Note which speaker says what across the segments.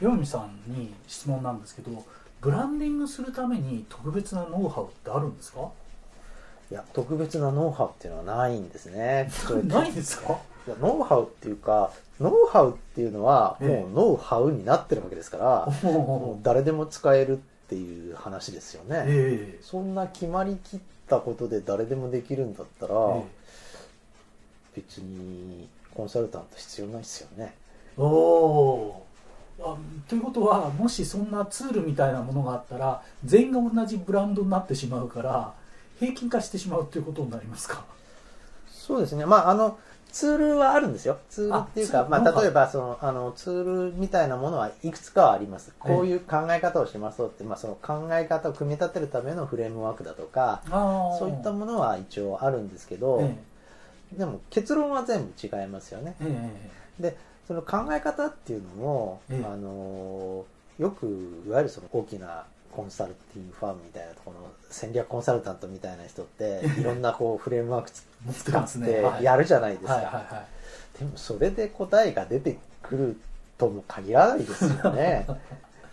Speaker 1: 岩見さんに質問なんですけどブランディングするために特別なノウハウってあるんですか
Speaker 2: いや特別なノウハウっていうのはないんですね
Speaker 1: ないんですか
Speaker 2: いやノウハウっていうかノウハウっていうのは
Speaker 1: ええ
Speaker 2: もうノウハウになってるわけですから、
Speaker 1: おお
Speaker 2: も
Speaker 1: お
Speaker 2: う誰でも使えるっていう話ですよね、
Speaker 1: ええ
Speaker 2: そんな決まりきったことで誰でもできるんだったら、
Speaker 1: え
Speaker 2: 別にコンサルタント必要ないですよね
Speaker 1: えおおあということはもしそんなツールみたいなものがあったら全員が同じブランドになってしまうから平均化してしまうということになりますか
Speaker 2: そうですねまああのツールはあるんですよツールっていう
Speaker 1: あ
Speaker 2: か
Speaker 1: ツール
Speaker 2: ま
Speaker 1: ノウハ
Speaker 2: あ、
Speaker 1: ウ
Speaker 2: 例えばそのあのツールみたいなものはいくつかはあります
Speaker 1: ええ
Speaker 2: こういう考え方をしましょうって、まあ、その考え方を組み立てるためのフレームワークだとか
Speaker 1: ああ
Speaker 2: そういったものは一応あるんですけど、
Speaker 1: え
Speaker 2: でも結論は全部違いますよね
Speaker 1: えええ
Speaker 2: その考え方っていうのも、
Speaker 1: ええ
Speaker 2: あのよくいわゆるその大きなコンサルティングファームみたいなところの戦略コンサルタントみたいな人 っていろんなこうフレームワークつ
Speaker 1: 持って
Speaker 2: 使
Speaker 1: ま
Speaker 2: っ
Speaker 1: すねは
Speaker 2: て
Speaker 1: い
Speaker 2: やるじゃないです
Speaker 1: はいはい
Speaker 2: か
Speaker 1: は
Speaker 2: でもそれで答えが出てくるとも限らない ですよね
Speaker 1: い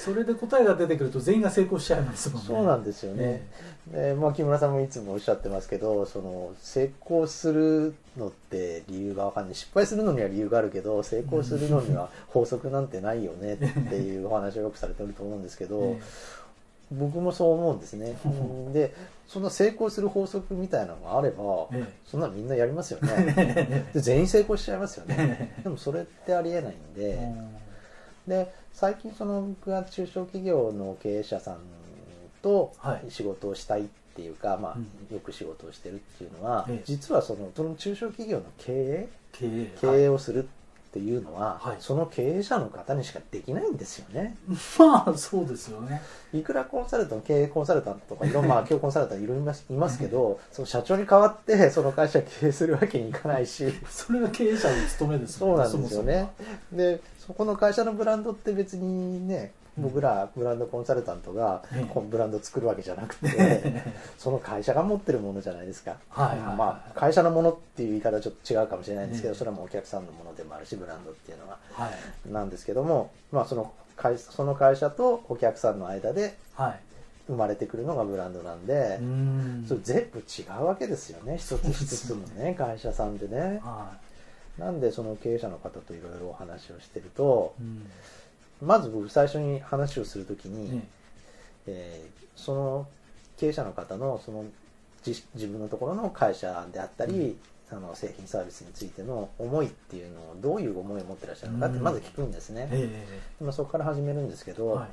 Speaker 1: それで答えが出てくると全員が成功しちゃいますもんね
Speaker 2: そうなんですよね、
Speaker 1: え
Speaker 2: でまあ、木村さんもいつもおっしゃってますけどその成功するのって理由がわかんない失敗するのには理由があるけど成功するのには法則なんてないよねっていうお話をよくされてると思うんですけ
Speaker 1: え
Speaker 2: ど、僕もそう思うんですねうんでそんな成功する法則みたいなのがあれば
Speaker 1: え
Speaker 2: そんなのみんなやりますよ
Speaker 1: え
Speaker 2: ね
Speaker 1: え
Speaker 2: で全員成功しちゃいますよね
Speaker 1: え
Speaker 2: でもそれってありえないんで。
Speaker 1: うん
Speaker 2: で最近その僕が中小企業の経営者さんと
Speaker 1: はい
Speaker 2: 仕事をしたいっていうか、ま
Speaker 1: う
Speaker 2: あ、よく仕事をしてるっていうのは、
Speaker 1: ええ
Speaker 2: 実はそのその中小企業の経営
Speaker 1: 経営
Speaker 2: 経営をするっていうのは、
Speaker 1: はい
Speaker 2: その経営者の方にしかできないんですよね
Speaker 1: まあそうですよね
Speaker 2: いくらコンサルタント経営コンサルタン トとかいろんなまあ経営コンサルタントいろいろいますいますけどその社長に代わってその会社経営するわけにいかないし
Speaker 1: それが経営者の務めです
Speaker 2: そう
Speaker 1: もんね
Speaker 2: なんですよねでそこの会社のブランドって別にね
Speaker 1: うん
Speaker 2: 僕らブランドコンサルタントが
Speaker 1: ええ
Speaker 2: このブランド作るわけじゃなく
Speaker 1: そもそも
Speaker 2: てその会社が持ってるものじゃないですか、
Speaker 1: はいはいはい
Speaker 2: まあ、会社のものっていう言い方はちょっと違うかもしれないんですけ
Speaker 1: え
Speaker 2: ど
Speaker 1: え
Speaker 2: それはもうお客さんのものでもあるしブランドっていうのは
Speaker 1: はい
Speaker 2: なんですけども、まあ、その会その会社とお客さんの間で
Speaker 1: はい
Speaker 2: 生まれてくるのがブランドなんで、
Speaker 1: うーん
Speaker 2: それ全部違うわけですよね一つ一つのね会社さんでね。
Speaker 1: は
Speaker 2: なんでその経営者の方といろいろお話をしてると
Speaker 1: いうん
Speaker 2: まず僕最初に話をするときに、
Speaker 1: ね
Speaker 2: えーその経営者の方のその自自分のところの会社であったり、あの製品サービスについての思いっていうのをどういう思いを持ってらっしゃるのかって
Speaker 1: うん
Speaker 2: まず聞くんですね、
Speaker 1: え
Speaker 2: まあ、そこから始めるんですけ
Speaker 1: え
Speaker 2: ど、
Speaker 1: はい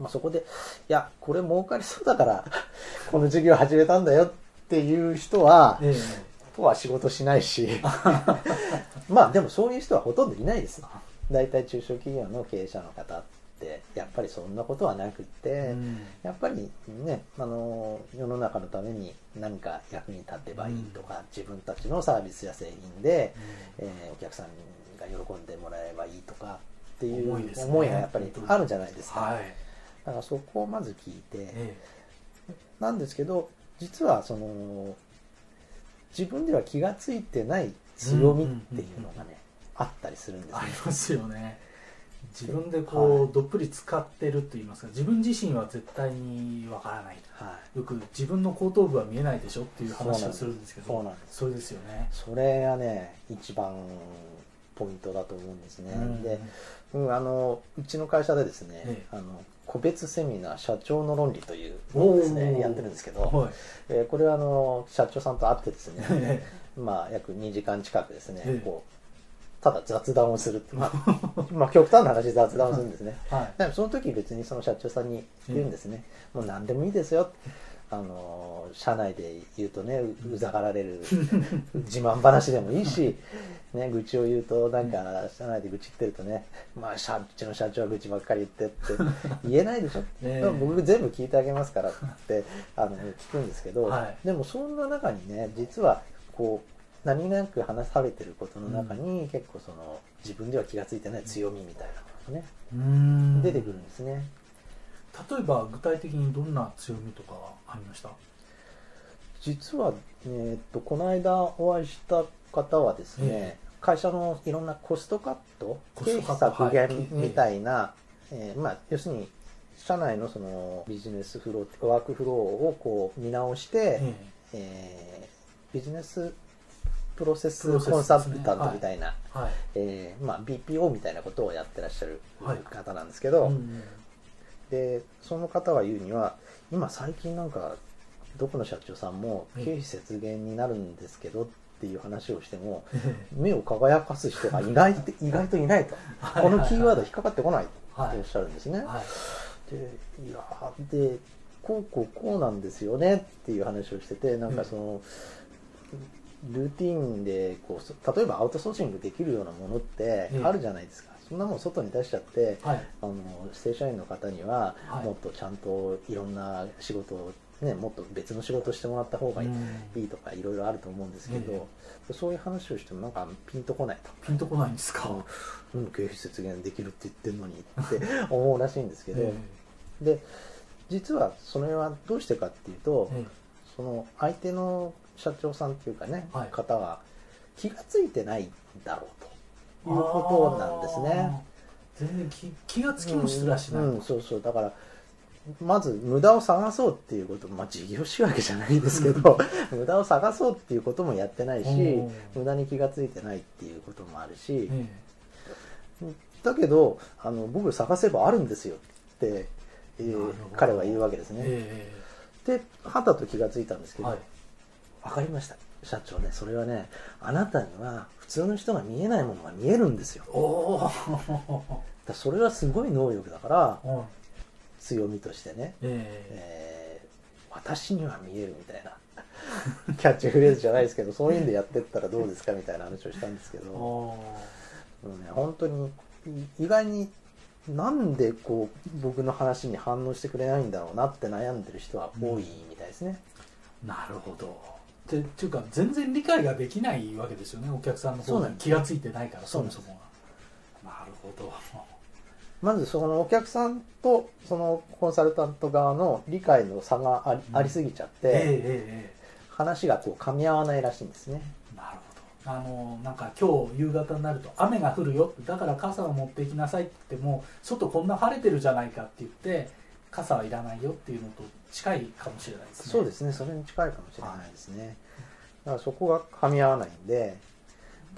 Speaker 2: まあ、そこでいやこれ儲かりそうだから この事業始めたんだよっていう人は、
Speaker 1: ええ
Speaker 2: とは仕事しないし まあでもそういう人はほとんどいないです大体中小企業の経営者の方ってやっぱりそんなことはなくって、
Speaker 1: うん
Speaker 2: やっぱりねあの世の中のために何か役に立てばいいとか、自分たちのサービスや製品で、えーお客さんが喜んでもらえればいいとかっていう
Speaker 1: 思いですね
Speaker 2: 思いがやっぱりあるじゃないですか、
Speaker 1: はい
Speaker 2: だからそこをまず聞いて、
Speaker 1: え
Speaker 2: なんですけど実はその自分では気が付いてない強みっていうのがね、あったりするんで
Speaker 1: え
Speaker 2: すね
Speaker 1: ありますよね自分でこう、
Speaker 2: は
Speaker 1: どっぷり使ってると言いますか自分自身は絶対にわからない
Speaker 2: はい
Speaker 1: よく自分の後頭部は見えないでしょっていう話をするんですけど
Speaker 2: そうなんです
Speaker 1: それですよね
Speaker 2: それがね一番ポイントだと思うんですね、
Speaker 1: うん
Speaker 2: で、うん、あのうちの会社でですね、
Speaker 1: え
Speaker 2: あの個別セミナー社長の論理というの
Speaker 1: お
Speaker 2: を
Speaker 1: ー
Speaker 2: ですねやってるんですけど、
Speaker 1: はい
Speaker 2: えーこれはあの社長さんと会ってですね
Speaker 1: え
Speaker 2: まあ約2時間近くですね、
Speaker 1: ええ
Speaker 2: こうただ雑談をするって、まあ、まあ極端な話雑談をするんですね
Speaker 1: えはい
Speaker 2: でもその時別にその社長さんに言うんですね、もう何でもいいですよあの社内で言うとねううざがられる自慢話でもい いし、ね、愚痴を言うとなんか社内で愚痴言ってるとね、まあ、社うちの社長は愚痴ばっかり言ってって言えないでしょ、
Speaker 1: ええ
Speaker 2: でも僕全部聞いてあげますからってあの聞くんですけど、
Speaker 1: はい
Speaker 2: でもそんな中にね実はこう何気なく話されてることの中に、結構その自分では気が付いてない強みみたいなのがね
Speaker 1: うーん
Speaker 2: 出てくるんですね。
Speaker 1: 例えば具体的にどんな強みとかありました
Speaker 2: 実は、えーっとこの間お会いした方はですね、会社のいろんなコストカット、
Speaker 1: コ
Speaker 2: 経
Speaker 1: ストカッ
Speaker 2: 費
Speaker 1: ト
Speaker 2: 削
Speaker 1: はい
Speaker 2: 減みたいな、えーまあ、要するに、社内のそのビジネスフロー、ワークフローをこう見直して、
Speaker 1: え
Speaker 2: えービジネスプロセス
Speaker 1: プロセス
Speaker 2: コンサルタントみたいな、
Speaker 1: えはい
Speaker 2: えーまあ、BPO みたいなことをやってらっしゃる
Speaker 1: はい
Speaker 2: 方なんですけど、
Speaker 1: うん
Speaker 2: でその方が言うには今最近なんかどこの社長さんも
Speaker 1: うん
Speaker 2: 経費節減になるんですけどっていう話をしても
Speaker 1: ええ
Speaker 2: 目を輝かす人が意 外と意外といないと
Speaker 1: はい
Speaker 2: このキーワード引っかかってこないって
Speaker 1: はい
Speaker 2: おっしゃるんですね。
Speaker 1: はい
Speaker 2: でいやーでこうこうこうなんですよねっていう話をしててなんかその、ルーティンでこうそ例えばアウトソーシングできるようなものって
Speaker 1: うん
Speaker 2: あるじゃないですか、そんなもん外に出しちゃって
Speaker 1: はい
Speaker 2: あの正社員の方には
Speaker 1: はい
Speaker 2: もっとちゃんといろんな仕事を、ね、もっと別の仕事をしてもらった方がいい。
Speaker 1: うん
Speaker 2: とかいろいろあると思うんですけど、そういう話をしてもなんかピンとこないと
Speaker 1: ピンとこないんですか、
Speaker 2: うん経費節減できるって言ってるのにって 思うらしいんですけど、
Speaker 1: え
Speaker 2: で実はそれはどうしてかっていうと、
Speaker 1: ええ
Speaker 2: その相手の社長さんっていうかね、
Speaker 1: はい
Speaker 2: 方は気がついてないんだろう
Speaker 1: え
Speaker 2: ということなんですね。
Speaker 1: あー全然気気がつきもしらしない、
Speaker 2: うんうんそうそうだからまず無駄を探そうっていうことまあ事業仕分けじゃないですけど 無駄を探そうっていうこともやってないし
Speaker 1: おー
Speaker 2: 無駄に気がついてないっていうこともあるし、
Speaker 1: え
Speaker 2: だけどあの僕探せばあるんですよって、えー
Speaker 1: なるほど
Speaker 2: 彼は言うわけです
Speaker 1: え
Speaker 2: ね。
Speaker 1: え
Speaker 2: ではたと気がついたんですけ
Speaker 1: え
Speaker 2: ど、
Speaker 1: はい
Speaker 2: わかりました社長ねそれはねあなたには普通の人が見えないものが見えるんですよだか
Speaker 1: お お
Speaker 2: らそれはすごい能力だから
Speaker 1: はい
Speaker 2: 強みとしてね、
Speaker 1: え
Speaker 2: えー私には見えるみたいな キャッチフレーズじゃないですけどそういうんでやってったらどうですかみたいな話をしたんですけ
Speaker 1: え
Speaker 2: ど、
Speaker 1: お
Speaker 2: うんね、本当にい意外になんでこう僕の話に反応してくれないんだろうなって悩んでる人は多いみたいですね、
Speaker 1: なるほどてっていうか全然理解ができないわけですよねお客さんの
Speaker 2: そう
Speaker 1: 方
Speaker 2: な
Speaker 1: に
Speaker 2: んです
Speaker 1: 気がついてないから
Speaker 2: そ
Speaker 1: そう
Speaker 2: なん
Speaker 1: も
Speaker 2: です
Speaker 1: そもがなるほど
Speaker 2: まずそのお客さんとそのコンサルタント側の理解の差があり,、
Speaker 1: うん
Speaker 2: ありすぎちゃっ
Speaker 1: ええ
Speaker 2: て、
Speaker 1: えええ
Speaker 2: 話がこう噛み合わないらしいんですね。
Speaker 1: えなるほどあのなんか今日夕方になると雨が降るよだから傘を持っていきなさいって言っても外こんな晴れてるじゃないかって言って傘はいらないよっていうのと近いかもしれないですね
Speaker 2: そうですね、それに近いかもしれないですね。だからそこが噛み合わないんで、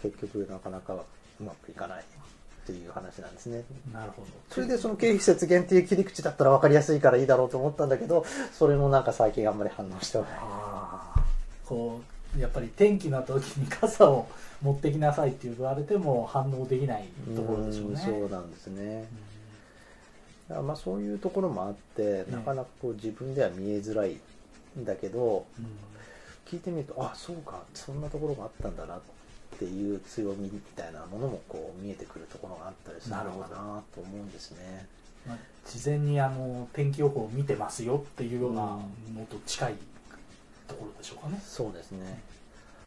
Speaker 2: 結局なかなかうまくいかないっていう話なんですね。
Speaker 1: なるほど
Speaker 2: それでその経費節減っていう切り口だったら分かりやすいからいいだろうと思ったんだけど、それもなんか最近あんまり反応してはない。
Speaker 1: ああこうやっぱり天気の時に傘を持ってきなさいって言われても反応できないところでしょう
Speaker 2: うん
Speaker 1: ね
Speaker 2: そうなんですね。だからまあそういうところもあって
Speaker 1: え
Speaker 2: なかなかこう自分では見えづらいんだけど
Speaker 1: うん
Speaker 2: 聞いてみるとあそうかそんなところがあったんだなっていう強みみたいなものもこう見えてくるところがあったりするのかなと思うんですね。
Speaker 1: まあ事前にあの天気予報を見てますよっていうようなのと近いところでしょうかね、
Speaker 2: そうですね